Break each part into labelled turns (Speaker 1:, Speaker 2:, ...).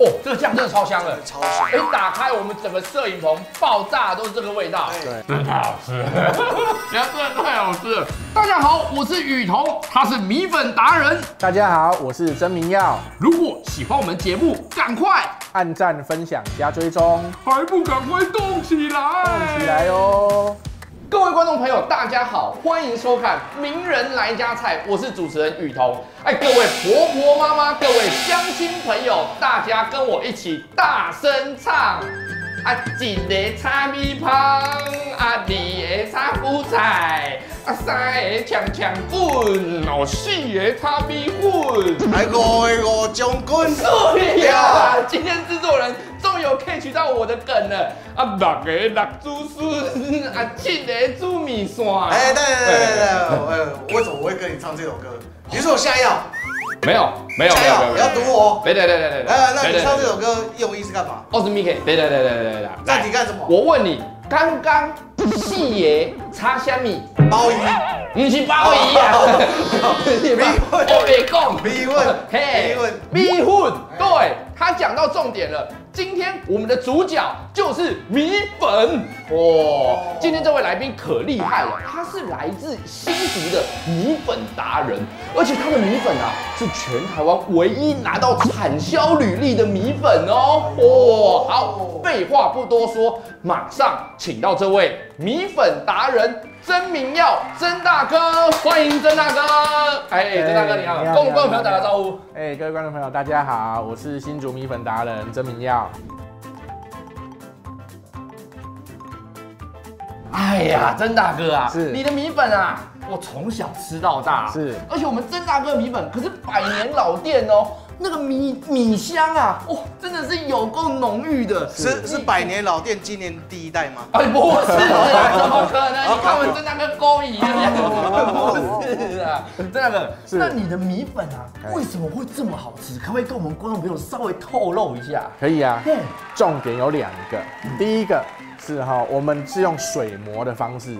Speaker 1: 哦，这个酱真的超香的，
Speaker 2: 超爽
Speaker 1: 一。打开我们整个摄影棚爆炸都是这个味道，
Speaker 2: 对，
Speaker 1: 真的太好 吃，你看真的太好吃了。大家好，我是雨桐，他是米粉达人。
Speaker 3: 大家好，我是曾明耀，
Speaker 1: 如果喜欢我们节目，赶快
Speaker 3: 按赞、分享、加追踪，
Speaker 1: 还不赶快动起来！
Speaker 3: 动起来！哦！
Speaker 1: 各位观众朋友，大家好，欢迎收看《名人来家菜》，我是主持人雨桐。哎，各位婆婆妈妈，各位乡亲朋友，大家跟我一起大声唱。啊，一个炒米香，啊，二个炒韭菜，啊，三个强强棍，哦，四个炒米粉。
Speaker 2: 还五个五将军，
Speaker 1: 对呀、今天制作人终于有 catch 到我的梗了啊！六个六猪丝，啊七个猪米线。
Speaker 2: 哎，对对对对对，哎，为什么我会跟你唱这首歌？你是我下药，
Speaker 1: 没有没有
Speaker 2: 下
Speaker 1: 没有没
Speaker 2: 药，
Speaker 1: 有，
Speaker 2: 你要堵我。
Speaker 1: 对对对对对，
Speaker 2: 哎，那你唱这
Speaker 1: 种
Speaker 2: 首歌用意是干嘛？
Speaker 1: 奥斯米克，对对对对对对，
Speaker 2: 那你干什么？
Speaker 1: 我问你，刚刚四爷插虾米，
Speaker 2: 包鱼，
Speaker 1: 不是鲍鱼啊？我没讲。
Speaker 2: 米问，
Speaker 1: 嘿
Speaker 2: 米问，，
Speaker 1: 迷混，对他讲到重点了。今天我们的主角就是米粉哦。今天这位来宾可厉害了，他是来自新竹的米粉达人，而且他的米粉啊是全台湾唯一拿到产销履历的米粉哦。哦，好，废话不多说，马上请到这位米粉达人曾明耀曾大哥，欢迎曾大哥。哎，曾大哥你好，
Speaker 3: 你好
Speaker 1: 跟我们
Speaker 3: 你好
Speaker 1: 观众朋友打个招呼。
Speaker 3: 哎，各位观众朋友，大家好，我是新竹米粉达人曾明耀。
Speaker 1: 哎呀，曾大哥啊，
Speaker 3: 是
Speaker 1: 你的米粉啊，我从小吃到大，啊
Speaker 3: 是
Speaker 1: 而且我们曾大哥的米粉可是百年老店哦，那个米米香啊，哇、真的是有够浓郁的，
Speaker 2: 是是百年老店今年第一代吗？
Speaker 1: 哎，不是啊，怎么可
Speaker 3: 哦
Speaker 1: 能？你看我们曾大哥勾引人家，不是啊，曾大哥，
Speaker 3: 是
Speaker 1: 那你的米粉啊，
Speaker 3: 哎
Speaker 1: 为什么会这么好吃？可不可以跟我们观众朋友稍微透露一下？
Speaker 3: 可以啊
Speaker 1: 嗯，
Speaker 3: 重点有两个，第一个是哈、我们是用水磨的方式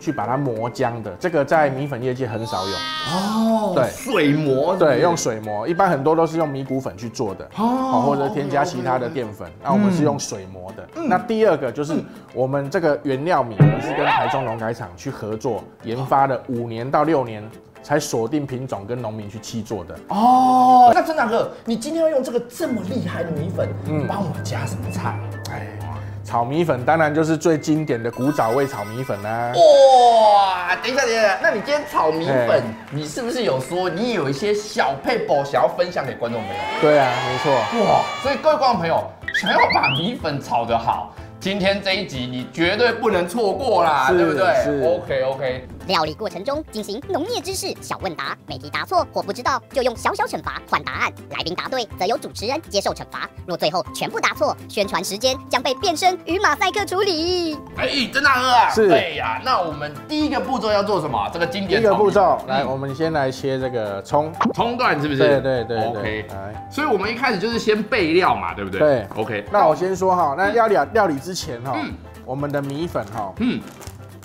Speaker 3: 去把它磨浆的，这个在米粉业界很少有。
Speaker 1: 哦，
Speaker 3: 对
Speaker 1: 水磨，
Speaker 3: 对，用水磨，一般很多都是用米谷粉去做的，
Speaker 1: 嗯哦嗯
Speaker 3: 哦，或者添加其他的淀粉。那我们是用水磨的。那第二个就是我们这个原料米，我们是跟台中农改厂去合作研发的，五年到六年才锁定品种跟农民去契作的。
Speaker 1: 哦，那曾大哥，你今天要用这个这么厉害的米粉，帮我加什么菜？
Speaker 3: 哎，炒米粉当然就是最经典的古早味炒米粉啦、
Speaker 1: 哦哇，等一下，等一下，那你今天炒米粉
Speaker 3: 哎，
Speaker 1: 你是不是有说你有一些小配宝想要分享给观众朋友？
Speaker 3: 对啊，没错。
Speaker 1: 哇，所以各位观众朋友，想要把米粉炒得好，今天这一集你绝对不能错过啦，
Speaker 3: 是
Speaker 1: 对不
Speaker 3: 是
Speaker 1: 对？OK OK，
Speaker 4: 料理过程中进行农业知识小问答，每题答错或不知道就用小小惩罚换答案，来宾答对则由主持人接受惩罚，若最后全部答错，宣传时间将被变身与马赛克处理。
Speaker 1: 哎，曾大哥啊，
Speaker 3: 是
Speaker 1: 对呀、那我们第一个步骤要做什么？这个经
Speaker 3: 第一
Speaker 1: 典
Speaker 3: 个
Speaker 1: 炒米
Speaker 3: 步
Speaker 1: 粉
Speaker 3: 骤，来，
Speaker 1: 嗯
Speaker 3: 我们先来切这个葱。
Speaker 1: 葱段是不是？
Speaker 3: 对对对对
Speaker 1: ，OK。
Speaker 3: 来。
Speaker 1: 所以我们一开始就是先备料嘛，对不对？
Speaker 3: 对
Speaker 1: ，OK。
Speaker 3: 那我先说哈，那料理料理之前哈
Speaker 1: 嗯，
Speaker 3: 我们的米粉哈，
Speaker 1: 嗯，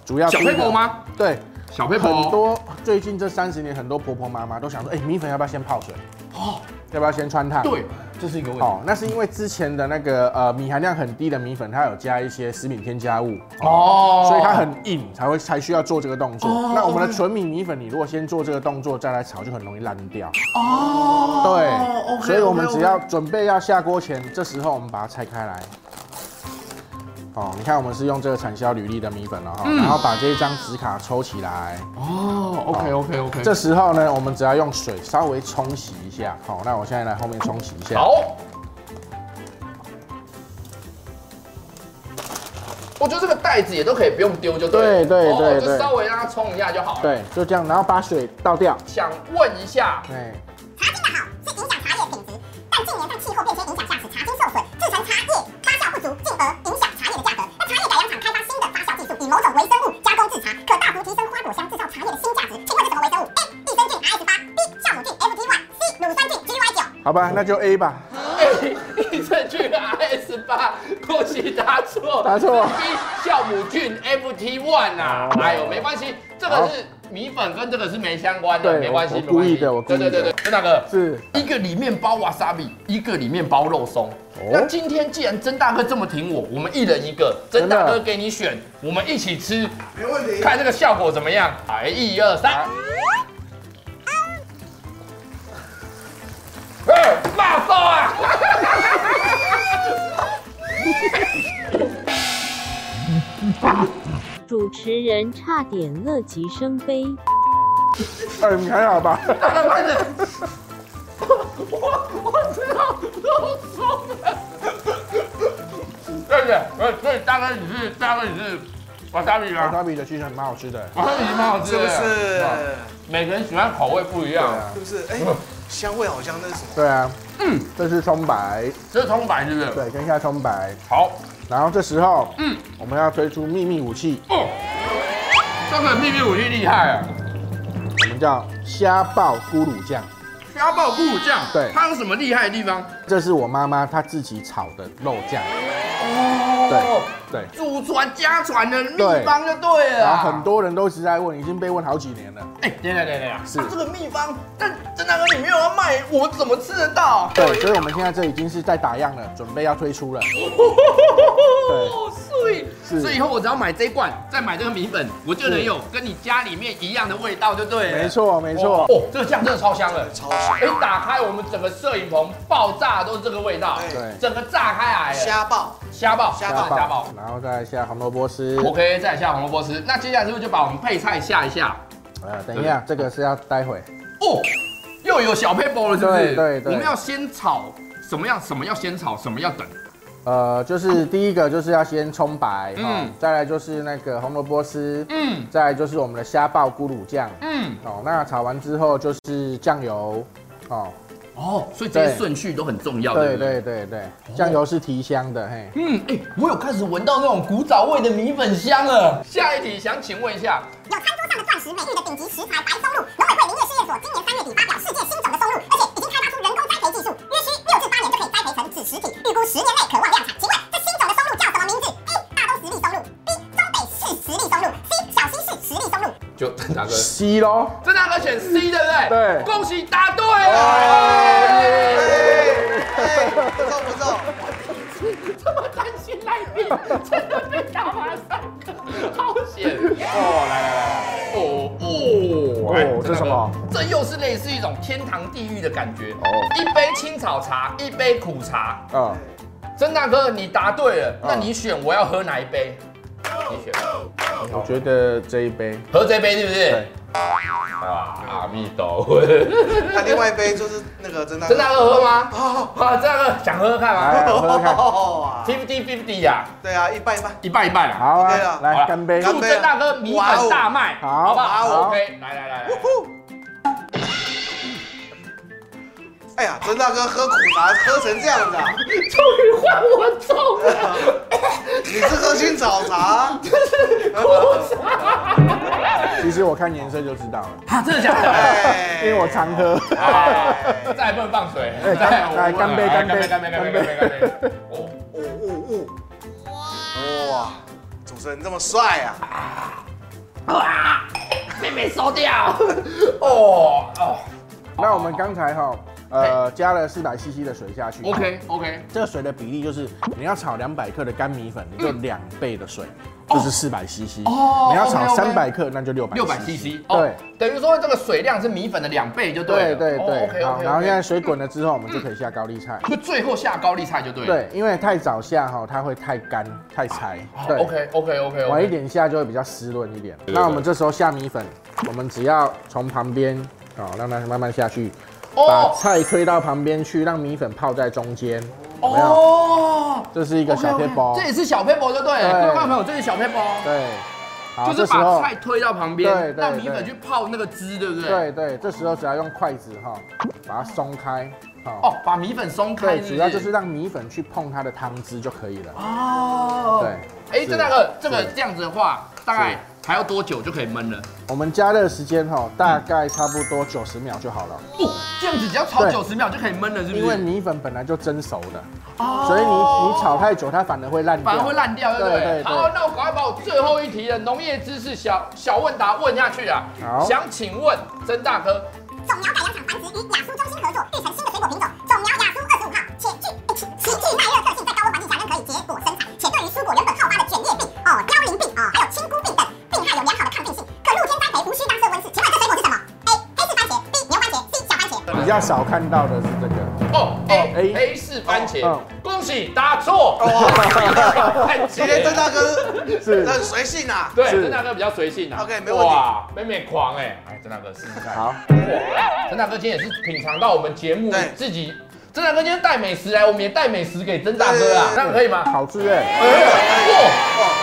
Speaker 3: 主要
Speaker 1: 小
Speaker 3: 第一个
Speaker 1: 配包？吗？哦
Speaker 3: 对，
Speaker 1: 小配包
Speaker 3: 很多最近这三十年，很多婆婆妈妈都想说，哎，米粉要不要先泡水？
Speaker 1: 哦，
Speaker 3: 要不要先穿烫？
Speaker 1: 对，这是一个问题。
Speaker 3: 哦，那是因为之前的那个呃米含量很低的米粉，它有加一些食品添加物，
Speaker 1: 哦，
Speaker 3: 所以它很硬，才会才需要做这个动作
Speaker 1: 哦。
Speaker 3: 那我们的纯米米粉，你如果先做这个动作再来炒，就很容易烂掉。
Speaker 1: 哦，
Speaker 3: 对，
Speaker 1: OK，
Speaker 3: 所以我们
Speaker 1: OK，OK
Speaker 3: 只要准备要下锅前，这时候我们把它拆开来。哦，你看我们是用这个产销履历的米粉了
Speaker 1: 嗯
Speaker 3: 哈，然后把这一张纸卡抽起来。
Speaker 1: 哦，OK OK OK，
Speaker 3: 这时候呢，我们只要用水稍微冲洗一下。好，那我现在来后面冲洗一下。
Speaker 1: 好。我觉得这个袋子也都可以不用丢，就了
Speaker 3: 对对
Speaker 1: 哦
Speaker 3: 对
Speaker 1: 就
Speaker 3: 对
Speaker 1: 稍微让它冲一下就好了。，
Speaker 3: 对，就这样，然后把水倒掉。
Speaker 1: 想问一下，
Speaker 3: 对，
Speaker 4: 茶品的好是影响茶叶品质，但近年在气候变迁影响下，使茶茎受损，制成茶叶发酵不足，进而影响茶叶的价格。那茶叶改良厂开发新的发酵技术，以某种微生物加工制茶，可大幅提升花果香制造茶叶的新价值。请问是什么微生物？A. 益生菌 RS 八，B. 酵母菌 FG1，C. 乳酸菌 GY 九。
Speaker 3: 好吧，那就 A 吧。
Speaker 1: 哎，益生菌 RS 八，恭喜答错，
Speaker 3: 答错
Speaker 1: 是 B 酵母菌 FT one 啊，哎呦，没关系，这个是米粉跟这个是没相关的，
Speaker 3: 对
Speaker 1: 没关系，
Speaker 3: 我
Speaker 1: 没
Speaker 3: 故
Speaker 1: 关系
Speaker 3: 意的我故
Speaker 1: 对
Speaker 3: 意
Speaker 1: 对
Speaker 3: 的
Speaker 1: 对对，曾大哥
Speaker 3: 是
Speaker 1: 一个里面包 wasabi，一个里面包肉松。
Speaker 3: 哦
Speaker 1: 那今天既然曾大哥这么挺我，我们一人一个，曾
Speaker 3: 真的
Speaker 1: 大哥给你选，我们一起吃，
Speaker 2: 没问题。
Speaker 1: 看这个效果怎么样？哎，一二三。哎，辣手啊！
Speaker 5: 主持人差点乐极生悲。
Speaker 3: 哎，你还好吧？
Speaker 1: 慢点，我我知道肉松了。对对，呃，所以大哥你是大哥你是瓦萨比
Speaker 3: 瓦
Speaker 1: 吗？
Speaker 3: 萨哎比的其实蛮好吃的。
Speaker 1: 瓦萨比蛮好吃
Speaker 2: 是不
Speaker 1: 的，
Speaker 2: 是？
Speaker 1: 每个人喜欢口味不一
Speaker 3: 对
Speaker 1: 样。
Speaker 3: 啊
Speaker 2: 是，不是？哎，香味好像那是什么？
Speaker 3: 对啊，嗯，这是葱白，
Speaker 1: 这是葱白是不是？
Speaker 3: 对，跟一下葱白。
Speaker 1: 好，
Speaker 3: 然后这时候，
Speaker 1: 嗯
Speaker 3: 嗯，我们要推出秘密武器，
Speaker 1: 哦，这个秘密武器厉害啊！
Speaker 3: 我们叫虾爆咕噜酱。
Speaker 1: 虾爆咕噜酱，
Speaker 3: 对
Speaker 1: 它有什么厉害的地方？
Speaker 3: 这是我妈妈她自己炒的肉酱，
Speaker 1: 哦，
Speaker 3: 对。
Speaker 1: 祖传家传的秘
Speaker 3: 对
Speaker 1: 方就对了
Speaker 3: 然
Speaker 1: 啊。
Speaker 3: 后很多人都一直在问，已经被问好几年了。
Speaker 1: 哎，等一下等一下等一下，
Speaker 3: 是
Speaker 1: 啊这个秘方，但郑大哥你没有要卖，我怎么吃得到？
Speaker 3: 对，所以我们现在这已经是在打样了，准备要推出 了。
Speaker 1: 哦，碎！
Speaker 3: 是
Speaker 1: 所以以后我只要买这一罐，再买这个米粉，我就能有跟你家里面一样的味道，就对了。
Speaker 3: 没错，没
Speaker 1: 哦，
Speaker 3: 错。
Speaker 1: 哦，这个酱真的超香的。
Speaker 2: 超香
Speaker 1: 一打开我们整个摄影棚爆炸都是这个味道，
Speaker 2: 对
Speaker 3: 对，
Speaker 1: 整个炸开来了，
Speaker 2: 哎虾爆，
Speaker 1: 虾爆，
Speaker 2: 虾爆
Speaker 1: 虾爆。哦
Speaker 3: 然后再下红萝卜丝。
Speaker 1: OK，再下红萝卜丝。那接下来是不是就把我们配菜下一下？
Speaker 3: 呃，等一下，这个是要待会。
Speaker 1: 哦，又有小 paper 了，是不是？
Speaker 3: 对对对
Speaker 1: 我们要先炒什么样？什么要先炒？什么要等？
Speaker 3: 呃，就是第一个就是要先葱白，
Speaker 1: 嗯
Speaker 3: 嗯，再来就是那个红萝卜丝，
Speaker 1: 嗯
Speaker 3: 再来就是我们的虾爆咕噜酱。
Speaker 1: 嗯，
Speaker 3: 哦，那炒完之后就是酱油，哦，
Speaker 1: 哦，所以这些
Speaker 3: 对
Speaker 1: 顺序都很重要，
Speaker 3: 对
Speaker 1: 不对？
Speaker 3: 对对对，酱油是提香的，嘿，
Speaker 1: 嗯，哎、我有开始闻到那种古早味的米粉香了。下一题想请问一下，
Speaker 4: 有餐桌上的钻石，美誉的顶级食材白松露。农委会林业试验所今年三月底发表世界新种的松露，而且已经开发出人工栽培技术，约需六至八年就可以栽培成子实体，预估十年内可望量产。请问这新种的松露叫什么名字？A. 大东十粒松露，B. 中北市十粒松露，C. 小西市十粒松露。
Speaker 1: 就郑大哥，
Speaker 3: 吸喽。
Speaker 1: 郑大哥选 C 对不对？
Speaker 3: 对
Speaker 1: 恭喜答对了。
Speaker 2: 哎哎，不错不错，
Speaker 1: 这么担心来宾，真的被打马赛克，好险！哦，来来来，哦哦，
Speaker 3: 哦
Speaker 1: 哎
Speaker 3: 这什么？哦
Speaker 1: 这又是类似一种天堂地狱的感觉。一杯青草茶，一杯苦茶。
Speaker 3: 啊、
Speaker 1: 曾大哥，你答对了，
Speaker 3: 嗯
Speaker 1: 那你选我要喝哪一杯？你选，
Speaker 3: 我觉得这一杯，
Speaker 1: 喝这杯是不是
Speaker 3: 对？
Speaker 1: 啊，阿弥陀
Speaker 2: 那另外一杯就是那个真的。
Speaker 1: 曾大哥喝吗？
Speaker 2: 哦
Speaker 1: 啊，曾大哥想喝喝看
Speaker 3: 来
Speaker 1: 吗
Speaker 3: 喝喝看，
Speaker 2: 哦，
Speaker 1: ？Fifty fifty 呀，
Speaker 2: 对啊，一半一半。
Speaker 1: 一半一半啊。
Speaker 3: 好啊
Speaker 2: OK 了，
Speaker 1: 好啦
Speaker 3: 来干杯，
Speaker 1: 祝郑大哥米粉大卖，
Speaker 3: 哇哦
Speaker 1: 好不
Speaker 3: 好
Speaker 1: 好
Speaker 3: 好
Speaker 1: ？OK，来来来来，
Speaker 2: 哎呀，曾大哥喝苦茶喝成这样子啊！
Speaker 1: 终于换我中了，
Speaker 2: 你是喝青草茶？啊
Speaker 3: 其实我看颜色就知道了，
Speaker 1: 啊，真的假的？
Speaker 2: 哎
Speaker 3: 因为我常喝。
Speaker 1: 哎再也不能放水，
Speaker 3: 哎干
Speaker 1: 再我
Speaker 3: 来干杯
Speaker 1: 来干杯，干
Speaker 3: 干
Speaker 1: 杯，干杯，干
Speaker 3: 杯
Speaker 1: 杯，干杯！干杯哦，
Speaker 2: 哦哦哦！哇，主持人这么帅啊！
Speaker 1: 啊，妹 妹收掉，哦哦
Speaker 3: 那我们刚才哈，呃，加了四百 CC 的水下去。
Speaker 1: ，OK OK，
Speaker 3: 这个水的比例就是你要炒两百克的干米粉，你就两倍的水，就是四百 CC。
Speaker 1: 嗯哦
Speaker 3: 你要炒
Speaker 1: OK，OK
Speaker 3: 三百克，那就六百。
Speaker 1: 六百 CC，哦
Speaker 3: 对，
Speaker 1: 等于说这个水量是米粉的两倍就对啊哦
Speaker 3: 对
Speaker 1: 了，
Speaker 3: 对对。好，
Speaker 1: 好，
Speaker 3: 然
Speaker 1: 然
Speaker 3: 后
Speaker 1: 后
Speaker 3: 现在水滚了之后，我们就可以下高丽菜。
Speaker 1: 就最后下高丽菜就对了，
Speaker 3: 对，因为太早下哈，它会太干太柴。
Speaker 1: 啊
Speaker 3: 对
Speaker 1: ，OK OK OK，
Speaker 3: 晚一点下就会比较湿润一点。那我们这时候下米粉，我们只要从旁边哦，让它慢慢下去，
Speaker 1: 哦
Speaker 3: 把菜推到旁边去，让米粉泡在中间。有没有？
Speaker 1: 哦。
Speaker 3: 这是一个小
Speaker 1: OK，OK，
Speaker 3: 贴包
Speaker 1: 这。也是小 paper 就对了，
Speaker 3: 对
Speaker 1: 各位观众朋友，这是小 paper，
Speaker 3: 对，好，
Speaker 1: 就是
Speaker 3: 这时
Speaker 1: 把
Speaker 3: 候，
Speaker 1: 菜推到旁
Speaker 3: 对
Speaker 1: 边，
Speaker 3: 对
Speaker 1: 让米粉
Speaker 3: 对
Speaker 1: 去泡那个汁，对不对？。
Speaker 3: 对对，这时候只要用筷子哈，把它松开，哦，
Speaker 1: 哦，把米粉松开，
Speaker 3: 对，
Speaker 1: 不
Speaker 3: 主要就是让米粉去碰它的汤汁就可以了。
Speaker 1: 哦。
Speaker 3: 对，
Speaker 1: 哎，
Speaker 3: 是
Speaker 1: 郑大哥，这个
Speaker 3: 是
Speaker 1: 这样子的话，大概还要多久就可以焖了？
Speaker 3: 我们加热时间哈，大概差不多九十秒就好了，
Speaker 1: 哦，这样子只要炒
Speaker 3: 对
Speaker 1: 九十秒就可以焖了，是不是？
Speaker 3: 因为米粉本来就蒸熟的，
Speaker 1: 哦
Speaker 3: 所以你你炒太久它反而会烂掉，
Speaker 1: 反而会烂掉，对不对？
Speaker 3: 对对对
Speaker 1: 好，那我赶快把我最后一题的农业知识小小问答问下去啊。
Speaker 3: 好
Speaker 1: 想请问曾大哥，
Speaker 4: 种苗改良场繁殖与雅苏中心合作，育成新的水果品种。种苗雅苏二十五号，且具呃其其具耐热特性，在高温环境下仍可以结果生产，且对于蔬果原本好发的卷叶病、哦凋零病、哦还有青菇病等病害有良好的抗病性，可露天栽培，无需当设温室。请问这水果是什么？A. 黑色番茄，B. 牛番茄，C. 小番茄。
Speaker 3: 比较少看到的是这个，
Speaker 1: 哦，A
Speaker 3: A
Speaker 1: A 是番茄，
Speaker 3: 哦
Speaker 1: 恭喜答错。番
Speaker 2: 今天
Speaker 1: 茄
Speaker 2: 郑。大哥
Speaker 3: 是
Speaker 2: 很随性啊，
Speaker 1: 对，
Speaker 3: 是
Speaker 1: 曾大哥比较随性啊。
Speaker 2: OK，没问题
Speaker 1: 哇，妹妹狂哎，哎，曾大哥试试看。
Speaker 3: 好，
Speaker 1: 哇，曾大哥今天也是品尝到我们节目
Speaker 2: 对
Speaker 1: 自己，曾大哥今天带美食来，我们也带美食给曾大哥啊，
Speaker 2: 对对对对
Speaker 1: 这样可以吗？
Speaker 3: 好吃哎，
Speaker 1: 哇。
Speaker 2: 哇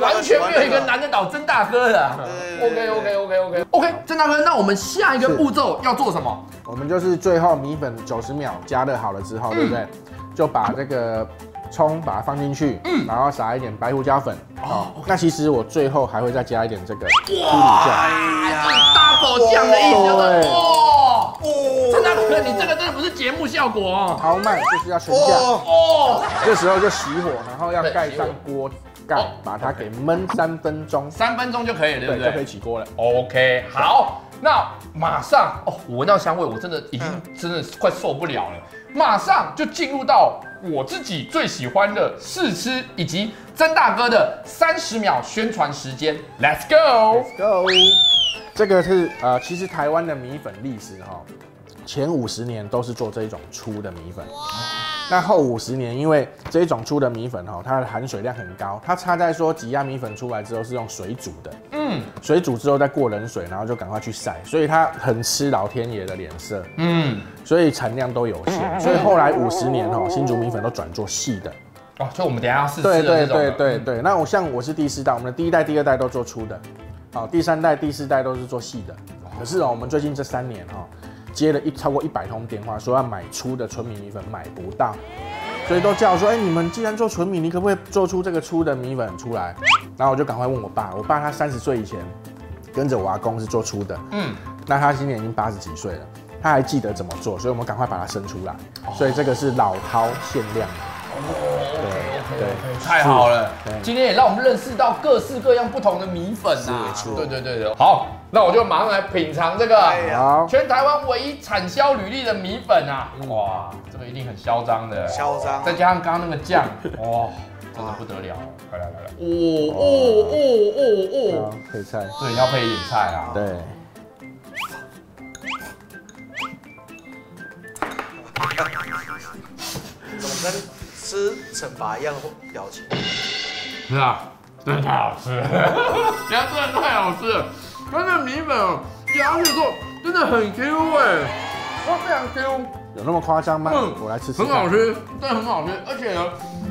Speaker 1: 完全没有一个。
Speaker 2: 哦郑郑大哥喜欢这
Speaker 1: 难得倒曾大哥的。
Speaker 2: 对
Speaker 1: OK OK OK OK OK，曾大哥，那我们下一个
Speaker 3: 是
Speaker 1: 步骤要做什么？
Speaker 3: 我们就是最后米粉九十秒加热好了之后，对不对？就把这个葱把它放进去，嗯，然后撒一点白胡椒粉，哦，那其实我最后还会再加一点这个猪骨酱，
Speaker 2: 哎呀
Speaker 1: double 酱的意思就是
Speaker 3: 对
Speaker 1: 哇，
Speaker 2: 哦
Speaker 1: 曾大哥，你这个真的不是节目效果哦。
Speaker 3: 豪迈就是要全酱。
Speaker 2: 哦，
Speaker 1: 哦，
Speaker 3: 这时候就熄火，然后要
Speaker 1: 对
Speaker 3: 盖上
Speaker 1: 熄火
Speaker 3: 锅
Speaker 1: 哦
Speaker 3: 盖，把它给焖三分钟，
Speaker 1: 三分钟就可以了，对
Speaker 3: 对，
Speaker 1: 不
Speaker 3: 就可以
Speaker 1: 对
Speaker 3: 起锅了。
Speaker 1: ？OK，好，那马上哦，我闻到香味，我真的已
Speaker 3: 嗯
Speaker 1: 经真的快受不了了，马上就进入到我自己最喜欢的试吃以及曾大哥的三十秒宣传时间，Let's go。
Speaker 3: Let's go。这个是呃，其实台湾的米粉历史哈、前五十年都是做这一种粗的米粉。那后五十年，因为这一种粗的米粉哈、它的含水量很高，它差在说挤压米粉出来之后是用水煮的，
Speaker 1: 嗯
Speaker 3: 嗯，水煮之后再过冷水，然后就赶快去晒，所以它很吃老天爷的脸色，
Speaker 1: 嗯，
Speaker 3: 所以产量都有限，所以后来五十年哦，新竹米粉都转做细的，
Speaker 1: 哦，就我们等一下要试吃的
Speaker 3: 对
Speaker 1: 嗯
Speaker 3: 对
Speaker 1: 这种
Speaker 3: 对
Speaker 1: 的
Speaker 3: 对对，那我像我是第四代，我们的第一代、第二代都做粗的，好，第三代、第四代都是做细的。可是哦，我们最近这三年哈、哦，接了一超过一百通电话，说要买粗的纯米米粉，买不到，所以都叫我说，哎、你们既然做纯米，你可不可以做出这个粗的米粉出来？然后我就赶快问我爸，我爸他三十岁以前跟着我阿公是做粗的，
Speaker 1: 嗯，
Speaker 3: 那他今年已经八十几岁了，他还记得怎么做，所以我们赶快把它生出来。
Speaker 1: 哦
Speaker 3: 所以这个是老饕限量的，对
Speaker 1: 哎
Speaker 3: 对。
Speaker 1: 太好了
Speaker 3: 对，
Speaker 1: 今天也让我们认识到各式各样不同的米粉啊
Speaker 3: 是，
Speaker 1: 对对对对，好，那我就马上来品尝这
Speaker 2: 哎
Speaker 1: 个
Speaker 2: 呀
Speaker 3: 好，
Speaker 1: 全台湾唯一产销履历的米粉啊，哇，这个一定很嚣张的，
Speaker 2: 嚣张啊
Speaker 1: 再加上刚刚那个酱， 哇，真的不得了，来来来来，哦哦哦哦
Speaker 3: 好
Speaker 1: 哦，
Speaker 3: 配菜，
Speaker 1: 对，要配一点菜啊，
Speaker 3: 对，
Speaker 2: 怎么跟吃惩罚一样的表情？
Speaker 1: 是啊，真的太好吃 了，等下真的太好吃了，它的米粉哦咬下去之后真的很 Q 哎、它非常 Q，
Speaker 3: 有那么夸张吗？
Speaker 1: 嗯
Speaker 3: 我来吃吃，
Speaker 1: 很好，吃，真的很好吃，而且呢，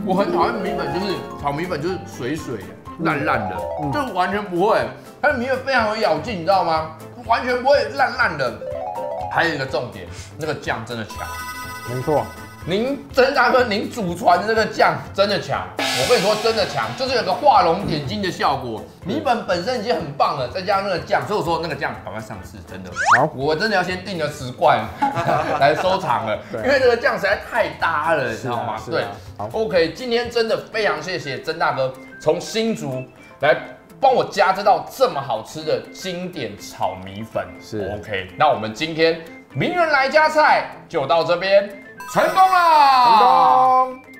Speaker 1: 我很讨厌米粉，就是炒米粉就是水水的、烂烂的，
Speaker 3: 嗯
Speaker 1: 这完全不会，它的米粉非常有咬劲，你知道吗？完全不会烂烂的。还有一个重点，那个酱真的强。
Speaker 3: 没错，
Speaker 1: 您曾大哥，您祖传这个酱真的强，我跟你说真的强，就是有个画龙点睛的效果。米粉本身已经很棒了，再加上那个酱，所以我说那个酱赶快上市，真的。
Speaker 3: 好
Speaker 1: 我真的要先订了十 罐来收藏了，因
Speaker 3: 对
Speaker 1: 为这个酱实在太搭了，你知道吗？
Speaker 3: 是啊
Speaker 1: 对
Speaker 3: 好
Speaker 1: ，OK，今天真的非常谢谢曾大哥从新竹来。帮我加这道这么好吃的经典炒米粉，
Speaker 3: 是
Speaker 1: OK。那我们今天名人来家菜就到这边成功啦！
Speaker 3: 成功。